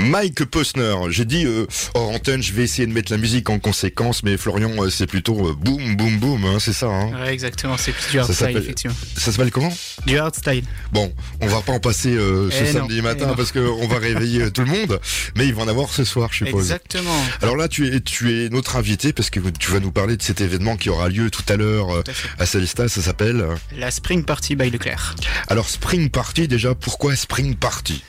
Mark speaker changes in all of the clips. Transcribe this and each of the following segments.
Speaker 1: Mike Posner, j'ai dit euh, hors antenne, je vais essayer de mettre la musique en conséquence, mais Florian, euh, c'est plutôt euh, boum, boum, boum, hein, c'est ça. Hein
Speaker 2: Ouais, exactement, c'est plus du
Speaker 1: Ça
Speaker 2: hardstyle,
Speaker 1: s'appelle-
Speaker 2: effectivement.
Speaker 1: ça s'appelle comment
Speaker 2: Du hardstyle.
Speaker 1: Bon, on va pas en passer euh, ce
Speaker 2: Eh non,
Speaker 1: samedi
Speaker 2: eh
Speaker 1: matin
Speaker 2: non.
Speaker 1: parce qu'on va réveiller euh, tout le monde, mais ils vont en avoir ce soir, je suppose.
Speaker 2: Exactement.
Speaker 1: Alors là, tu es, tu es notre invité parce que tu vas nous parler de cet événement qui aura lieu tout à l'heure euh,
Speaker 2: Tout à fait.
Speaker 1: à Salista, ça s'appelle. euh,
Speaker 2: La Spring Party by Leclerc.
Speaker 1: Alors Spring Party déjà, pourquoi Spring Party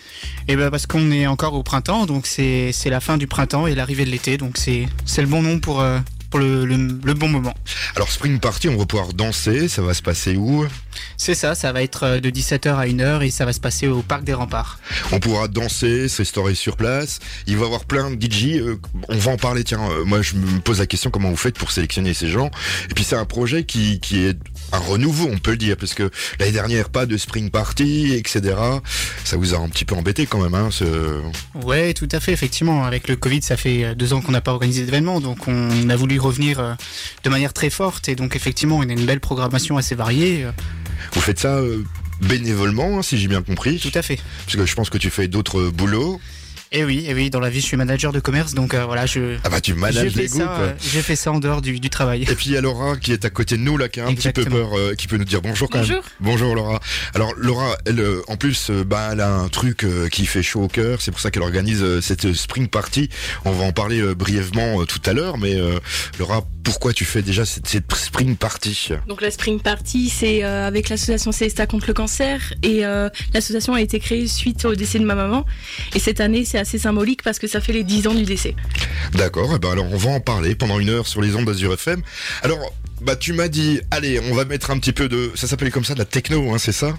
Speaker 2: Et ben parce qu'on est encore au printemps, donc c'est c'est la fin du printemps et l'arrivée de l'été, donc c'est c'est le bon nom pour, euh, pour le, le- le bon moment.
Speaker 1: Alors Spring Party, on va pouvoir danser, ça va se passer où
Speaker 2: C'est ça, ça va être euh, de 17h à 1h et ça va se passer au Parc des Remparts.
Speaker 1: On pourra danser, se restaurer sur place. Il va y avoir plein de DJ. euh, on va en parler. Tiens, euh, moi je me pose la question comment vous faites pour sélectionner ces gens Et puis c'est un projet qui, qui est un renouveau, on peut le dire, parce que l'année dernière pas de spring party, etc. Ça vous a un petit peu embêté quand même. Hein, ce...
Speaker 2: Ouais, tout à fait, effectivement. Avec le Covid, ça fait euh, deux ans qu'on n'a pas organisé d'événement, donc on a voulu revenir euh, de manière très forte. Et donc, effectivement, on a une belle programmation assez variée. euh,
Speaker 1: Vous faites ça euh, bénévolement, hein, si j'ai bien compris.
Speaker 2: Tout à fait.
Speaker 1: Parce que je pense que tu fais d'autres euh, boulots.
Speaker 2: Et Eh oui, et oui, dans la vie, je suis manager de commerce, donc euh, voilà, je.
Speaker 1: Ah bah tu
Speaker 2: J'ai
Speaker 1: manages
Speaker 2: fait,
Speaker 1: les groupes.
Speaker 2: ça, euh, j'ai fait ça en dehors du, du travail.
Speaker 1: Et puis il y a Laura qui est à côté de nous là, qui a un petit peu
Speaker 2: Exactement.
Speaker 1: peur, euh, qui peut nous dire bonjour quand même.
Speaker 3: Bonjour.
Speaker 1: Bonjour Laura. Alors Laura, elle, euh, en plus, euh, bah, elle a un truc euh, qui fait chaud au cœur. C'est pour ça qu'elle organise euh, cette euh, spring party. On va en parler euh, brièvement euh, tout à l'heure, mais euh, Laura, pourquoi tu fais déjà cette, cette spring party
Speaker 3: Donc la Spring Party, c'est euh, avec l'association Célesta contre le cancer et euh, l'association a été créée suite au décès de ma maman. Et cette année, c'est assez symbolique parce que ça fait les 10 ans du décès.
Speaker 1: D'accord. eh ben alors on va en parler pendant une heure sur les ondes d'Azur FM. Alors. Bah tu m'as dit, allez, on va mettre un petit peu de, ça s'appelle comme ça, de la techno, hein, c'est ça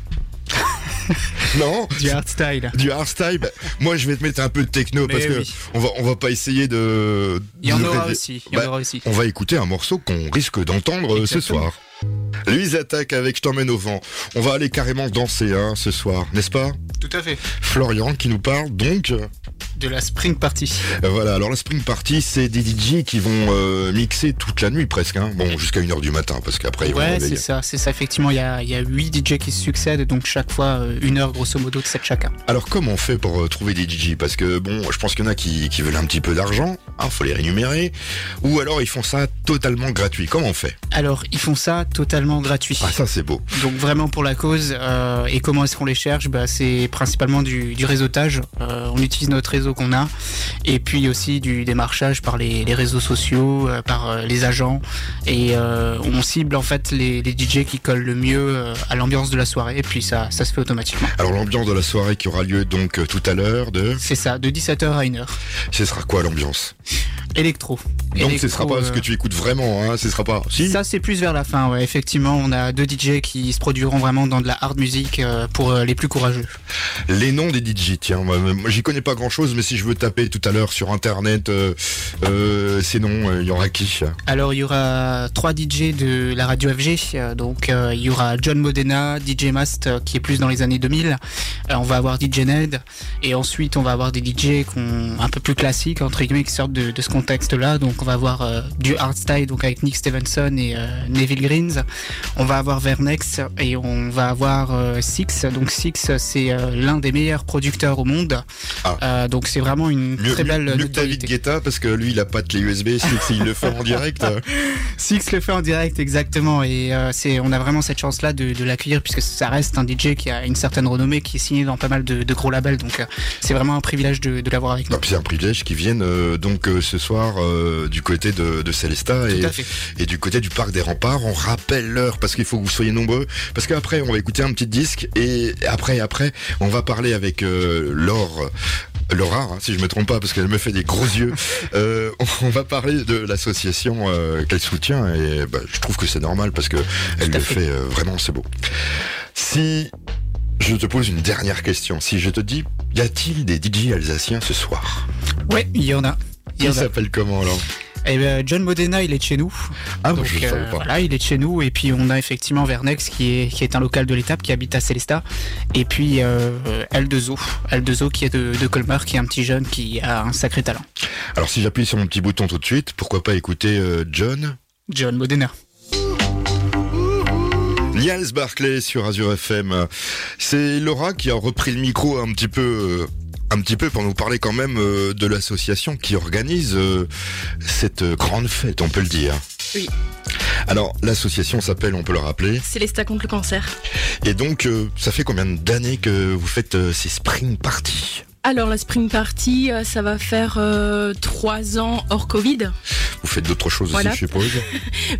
Speaker 1: Non,
Speaker 2: Du hardstyle.
Speaker 1: du hardstyle. bah, moi je vais te mettre un peu de techno
Speaker 2: Mais
Speaker 1: parce que
Speaker 2: oui.
Speaker 1: on va on va pas essayer de.
Speaker 2: Il y en
Speaker 1: de
Speaker 2: aura
Speaker 1: rêver.
Speaker 2: aussi. Il y en
Speaker 1: Bah,
Speaker 2: aura aussi.
Speaker 1: On va écouter un morceau qu'on risque d'entendre euh, ce
Speaker 2: Exactement.
Speaker 1: soir. Louise attaque avec Je t'emmène au vent. On va aller carrément danser hein, ce soir, n'est-ce pas
Speaker 2: Tout à fait.
Speaker 1: Florian qui nous parle donc. euh,
Speaker 2: De la spring party.
Speaker 1: voilà, alors la Spring Party, c'est des DJ qui vont euh, mixer toute la nuit presque. hein. Bon, jusqu'à 1h du matin parce qu'après ils vont
Speaker 2: ouais, c'est
Speaker 1: réveiller.
Speaker 2: ça, c'est ça. Effectivement, il y a, il y a 8 DJ qui se succèdent, donc chaque fois euh, une heure grosso modo de 7 chacun.
Speaker 1: Alors comment on fait pour euh, trouver des DJ Parce que bon, je pense qu'il y en a qui, qui veulent un petit peu d'argent, hein, faut les rémunérer. Ou alors ils font ça totalement gratuit. Comment on fait
Speaker 2: Alors, ils font ça totalement gratuit.
Speaker 1: Ah ça c'est beau.
Speaker 2: Donc vraiment pour la cause. euh, et comment est-ce qu'on les cherche bah, C'est principalement du, du réseautage. Euh, on utilise notre réseau qu'on a. Et puis aussi du démarchage par les, les réseaux sociaux, euh, par euh, les agents. Et euh, on cible en fait les, les DJ qui collent le mieux euh, à l'ambiance de la soirée. Et puis ça, ça se fait automatiquement.
Speaker 1: Alors l'ambiance de la soirée qui aura lieu donc euh, tout à l'heure de...
Speaker 2: C'est ça, de 17h à 1h.
Speaker 1: Ce sera quoi l'ambiance
Speaker 2: Électro.
Speaker 1: Donc ce
Speaker 2: Électro,
Speaker 1: sera pas ce
Speaker 2: euh,
Speaker 1: que tu écoutes vraiment, hein, ce sera pas. Si.
Speaker 2: Ça, c'est plus vers la fin, ouais. Effectivement, on a deux DJ qui se produiront vraiment dans de la hard music euh, pour euh, les plus courageux.
Speaker 1: Les noms des DJ, tiens, moi, moi, j'y connais pas grand chose, mais si je veux taper tout à l'heure sur internet euh, euh, ces noms, euh, il y aura qui
Speaker 2: Alors, il y aura trois DJ de la radio FG. euh, donc, euh, il y aura John Modena, DJ Mast, euh, qui est plus dans les années 2000. Euh, on va avoir DJ Ned. Et ensuite, on va avoir des DJ qu'on- un peu plus classiques, entre guillemets, qui sortent de, de ce contexte-là. Donc, on va avoir euh, du hardstyle, donc avec Nick Stevenson et euh, Neville Greens. On va avoir Vernex et on va avoir euh, Six. Donc, Six, c'est euh, l'un des meilleurs producteurs au monde.
Speaker 1: Ah.
Speaker 2: Euh, donc, c'est vraiment une
Speaker 1: Mieux,
Speaker 2: très
Speaker 1: mieux-
Speaker 2: belle euh,
Speaker 1: mieux que David
Speaker 2: notoriété.
Speaker 1: Guetta, parce que lui, il a pas de clé USB, si s'il le fait en direct. euh.
Speaker 2: Six le fait en direct, exactement. Et euh, c'est, on a vraiment cette chance-là de, de l'accueillir puisque ça reste un DJ qui a une certaine renommée, qui est signé dans pas mal de, de gros labels. Donc euh, c'est vraiment un privilège de, de l'avoir avec nous.
Speaker 1: Non, puis Bah, c'est un privilège qu'ils viennent euh, donc euh, ce soir euh, du côté de, de Célestat Ah, et,
Speaker 2: Tout à fait.
Speaker 1: et du côté du parc des remparts. On rappelle l'heure parce qu'il faut que vous soyez nombreux. Parce qu'après, on va écouter un petit disque et après, après, on va parler avec euh, Laure. Laura, hein, si je me trompe pas, parce qu'elle me fait des gros yeux. Euh, on va parler de l'association euh, qu'elle soutient et bah, je trouve que c'est normal parce que elle
Speaker 2: à
Speaker 1: le fait,
Speaker 2: fait.
Speaker 1: euh, vraiment, c'est beau. Si je te pose une dernière question, si je te dis, y a-t-il des DJ alsaciens ce soir
Speaker 2: Ouais, il y en a. Il y
Speaker 1: Ils
Speaker 2: en a.
Speaker 1: s'appellent comment alors
Speaker 2: Et ben, John Modena, il est de chez nous.
Speaker 1: Ah, moi,
Speaker 2: Donc,
Speaker 1: je ne
Speaker 2: euh,
Speaker 1: savais pas.
Speaker 2: voilà, il est de chez nous. Et puis on a effectivement Vernex qui est, qui est un local de l'étape, qui habite à Célestat. Et puis euh, euh, L2O, L2O qui est de, de Colmar, qui est un petit jeune qui a un sacré talent.
Speaker 1: Alors si j'appuie sur mon petit bouton tout de suite, pourquoi pas écouter euh, John
Speaker 2: John Modena.
Speaker 1: Niels Barclay sur Azure FM. C'est Laura qui a repris le micro un petit peu euh, un petit peu pour nous parler quand même euh, de l'association qui organise euh, cette euh, grande fête, on peut le dire.
Speaker 3: Oui.
Speaker 1: Alors, l'association s'appelle, on peut le rappeler,
Speaker 3: Célesta contre le cancer.
Speaker 1: et donc, euh, ça fait combien d'années que vous faites euh, ces spring parties
Speaker 3: Alors la Spring Party, euh, ça va faire euh, trois ans hors Covid.
Speaker 1: Vous faites d'autres choses
Speaker 3: Voilà.
Speaker 1: aussi, je suppose.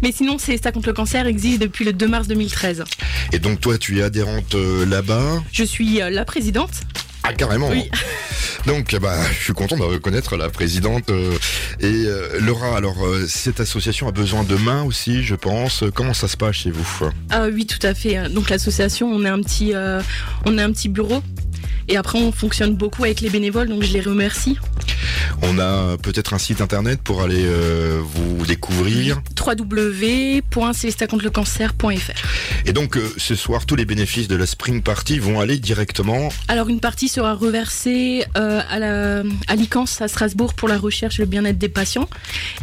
Speaker 3: Mais sinon, Célesta contre le cancer existe depuis le 2 mars 2013.
Speaker 1: Et donc, toi, tu es adhérente euh, là-bas
Speaker 3: Je suis euh, la présidente.
Speaker 1: Ah, carrément
Speaker 3: Oui.
Speaker 1: Donc, bah, je suis content de reconnaître la présidente. euh, et euh, Laura, alors, euh, cette association a besoin de mains aussi, je pense. Comment ça se passe chez vous
Speaker 3: Ah oui, tout à fait. Donc l'association, on est un petit, euh, on est un petit bureau. Et après, on fonctionne beaucoup avec les bénévoles, donc je les remercie.
Speaker 1: On a peut-être un site internet pour aller euh, vous découvrir.
Speaker 3: www.célestacontrecancer.fr
Speaker 1: Et donc, euh, ce soir, tous les bénéfices de la Spring Party vont aller directement.
Speaker 3: Alors, une partie sera reversée euh, à, la, à l'ICANS à Strasbourg pour la recherche et le bien-être des patients.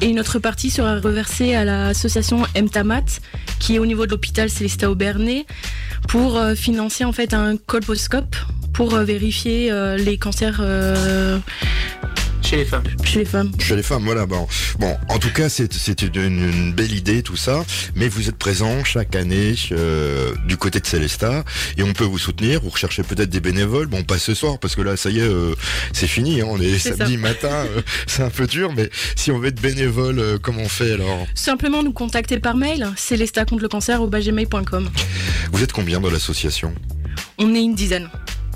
Speaker 3: Et une autre partie sera reversée à l'association MTAMAT, qui est au niveau de l'hôpital Célestat Aubernay, pour euh, financer en fait un colposcope pour euh, vérifier euh, les cancers euh,
Speaker 2: Chez les femmes.
Speaker 3: chez les femmes.
Speaker 1: Chez les femmes, voilà. Bon, bon en tout cas, c'est c'est une, une belle idée, tout ça. Mais vous êtes présent chaque année euh, du côté de Célesta. Et on peut vous soutenir. Vous recherchez peut-être des bénévoles. Bon, pas ce soir, parce que là, ça y est, euh, c'est fini. hein, on est,
Speaker 3: C'est
Speaker 1: samedi matin. euh, c'est un peu dur. Mais si on veut être bénévole, euh, comment on fait alors
Speaker 3: Simplement nous contacter par mail, célestacontrecancer.com.
Speaker 1: Vous êtes combien dans l'association
Speaker 3: On est une dizaine.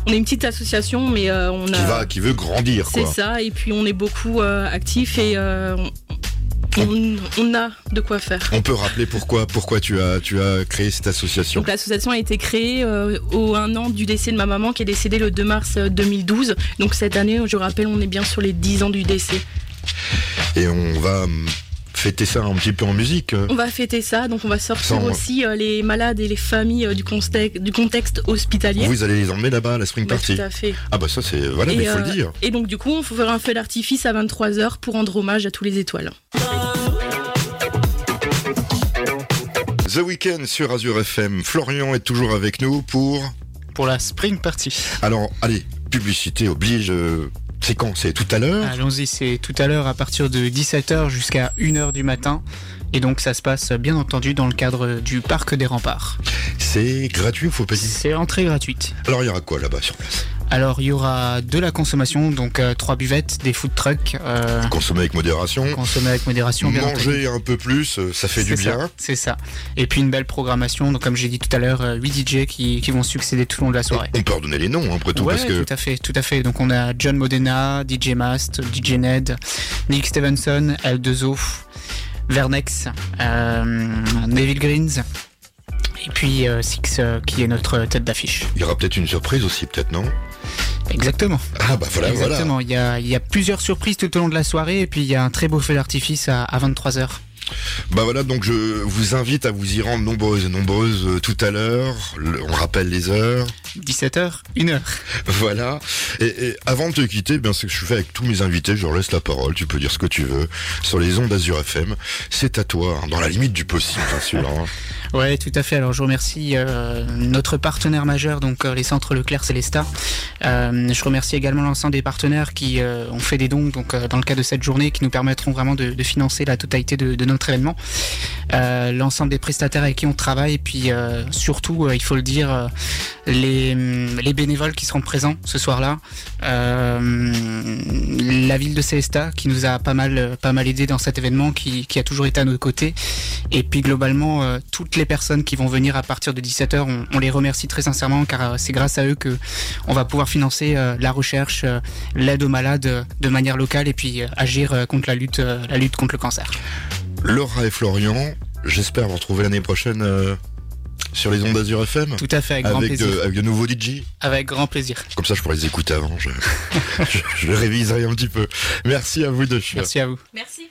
Speaker 3: On est une petite association, mais euh, on a.
Speaker 1: Qui va, qui veut grandir,
Speaker 3: C'est
Speaker 1: quoi.
Speaker 3: ça, et puis on est beaucoup euh, actifs et euh, on, on- on a de quoi faire.
Speaker 1: On peut rappeler pourquoi, pourquoi tu as, tu as créé cette association.
Speaker 3: Donc l'association a été créée euh, au un an du décès de ma maman qui est décédée le 2 mars euh, 2012. Donc cette année, je rappelle, on est bien sur les 10 ans du décès.
Speaker 1: Et on va hum, fêter ça un petit peu en musique. euh.
Speaker 3: On va fêter ça, donc on va sortir
Speaker 1: Sans-
Speaker 3: aussi euh, les malades et les familles euh, du, conste- du contexte hospitalier.
Speaker 1: Vous allez les emmener là-bas à la spring
Speaker 3: Bah,
Speaker 1: party.
Speaker 3: tout à fait.
Speaker 1: Ah bah ça c'est voilà,
Speaker 3: Et,
Speaker 1: mais faut
Speaker 3: euh,
Speaker 1: le dire.
Speaker 3: Et donc du coup, on faut faire un feu d'artifice à 23h pour rendre hommage à tous les étoiles.
Speaker 1: The Weekend sur Azure FM. Florian est toujours avec nous pour.
Speaker 2: Pour la Spring Party.
Speaker 1: Alors allez, publicité oblige. euh, C'est quand C'est tout à l'heure.
Speaker 2: Allons-y, c'est tout à l'heure à partir de 17h jusqu'à 1h du matin. Et donc ça se passe bien entendu dans le cadre du Parc des Remparts.
Speaker 1: C'est gratuit, faut pas dire.
Speaker 2: C'est entrée gratuite.
Speaker 1: Alors il y aura quoi là-bas sur place
Speaker 2: Alors il y aura de la consommation, donc euh, trois buvettes, des food trucks, euh,
Speaker 1: Consommer avec modération.
Speaker 2: consommer avec modération. bien entendu.
Speaker 1: Manger un peu plus, euh, ça fait du
Speaker 2: C'est ça,
Speaker 1: bien.
Speaker 2: C'est ça. Et puis une belle programmation, donc comme j'ai dit tout à l'heure, euh, 8 DJ qui, qui vont succéder tout le long de la
Speaker 1: On-
Speaker 2: soirée.
Speaker 1: On peut redonner les noms hein, après tout
Speaker 2: ouais,
Speaker 1: parce que
Speaker 2: tout à fait, tout à fait. Donc on a John Modena, DJ Mast, DJ Ned, Nick Stevenson, L2O, Vernex, euh, Neville Greens, et puis euh, Six euh, qui est notre tête d'affiche.
Speaker 1: il y aura peut-être une surprise aussi, peut-être non
Speaker 2: Exactement.
Speaker 1: Ah bah voilà, voilà.
Speaker 2: Exactement. Il y, a, il y a plusieurs surprises tout au long de la soirée, et puis il y a un très beau feu d'artifice à, 23h.
Speaker 1: Bah voilà, donc je vous invite à vous y rendre nombreuses et nombreuses euh, tout à l'heure. Le- On rappelle les heures.
Speaker 2: 17h, 1h.
Speaker 1: Voilà. Et, et avant de te quitter, bien, ce que je fais avec tous mes invités, je leur laisse la parole. Tu peux dire ce que tu veux sur les ondes Azure FM. C'est à toi, hein, dans la limite du possible, bien sûr. hein.
Speaker 2: Ouais, tout à fait. Alors, je remercie euh, notre partenaire majeur, donc euh, les centres Leclerc Célestat. Euh, je remercie également l'ensemble des partenaires qui euh, ont fait des dons, donc euh, dans le cadre de cette journée, qui nous permettront vraiment de, de financer la totalité de, de notre événement. Euh, l'ensemble des prestataires avec qui on travaille, et puis euh, surtout, euh, il faut le dire, euh, les, hum, les bénévoles qui seront présents ce soir-là. Euh, la ville de Célestat qui nous a pas mal, pas mal aidé dans cet événement, qui, qui a toujours été à nos côtés. Et puis globalement, euh, toutes les personnes qui vont venir à partir de 17h, on, on les remercie très sincèrement car euh, c'est grâce à eux que on va pouvoir financer euh, la recherche, euh, l'aide aux malades euh, de manière locale et puis euh, agir euh, contre la lutte, euh, la lutte contre le cancer.
Speaker 1: Laura et Florian, j'espère vous retrouver l'année prochaine euh, sur les ondes Azure FM.
Speaker 2: Tout à fait, avec grand
Speaker 1: Avec
Speaker 2: plaisir.
Speaker 1: de, avec de nouveaux DJ.
Speaker 2: Avec grand plaisir.
Speaker 1: Comme ça, je pourrais les écouter avant. Je, je, je réviserai un petit peu. Merci à vous deux.
Speaker 2: Merci à vous.
Speaker 3: Merci.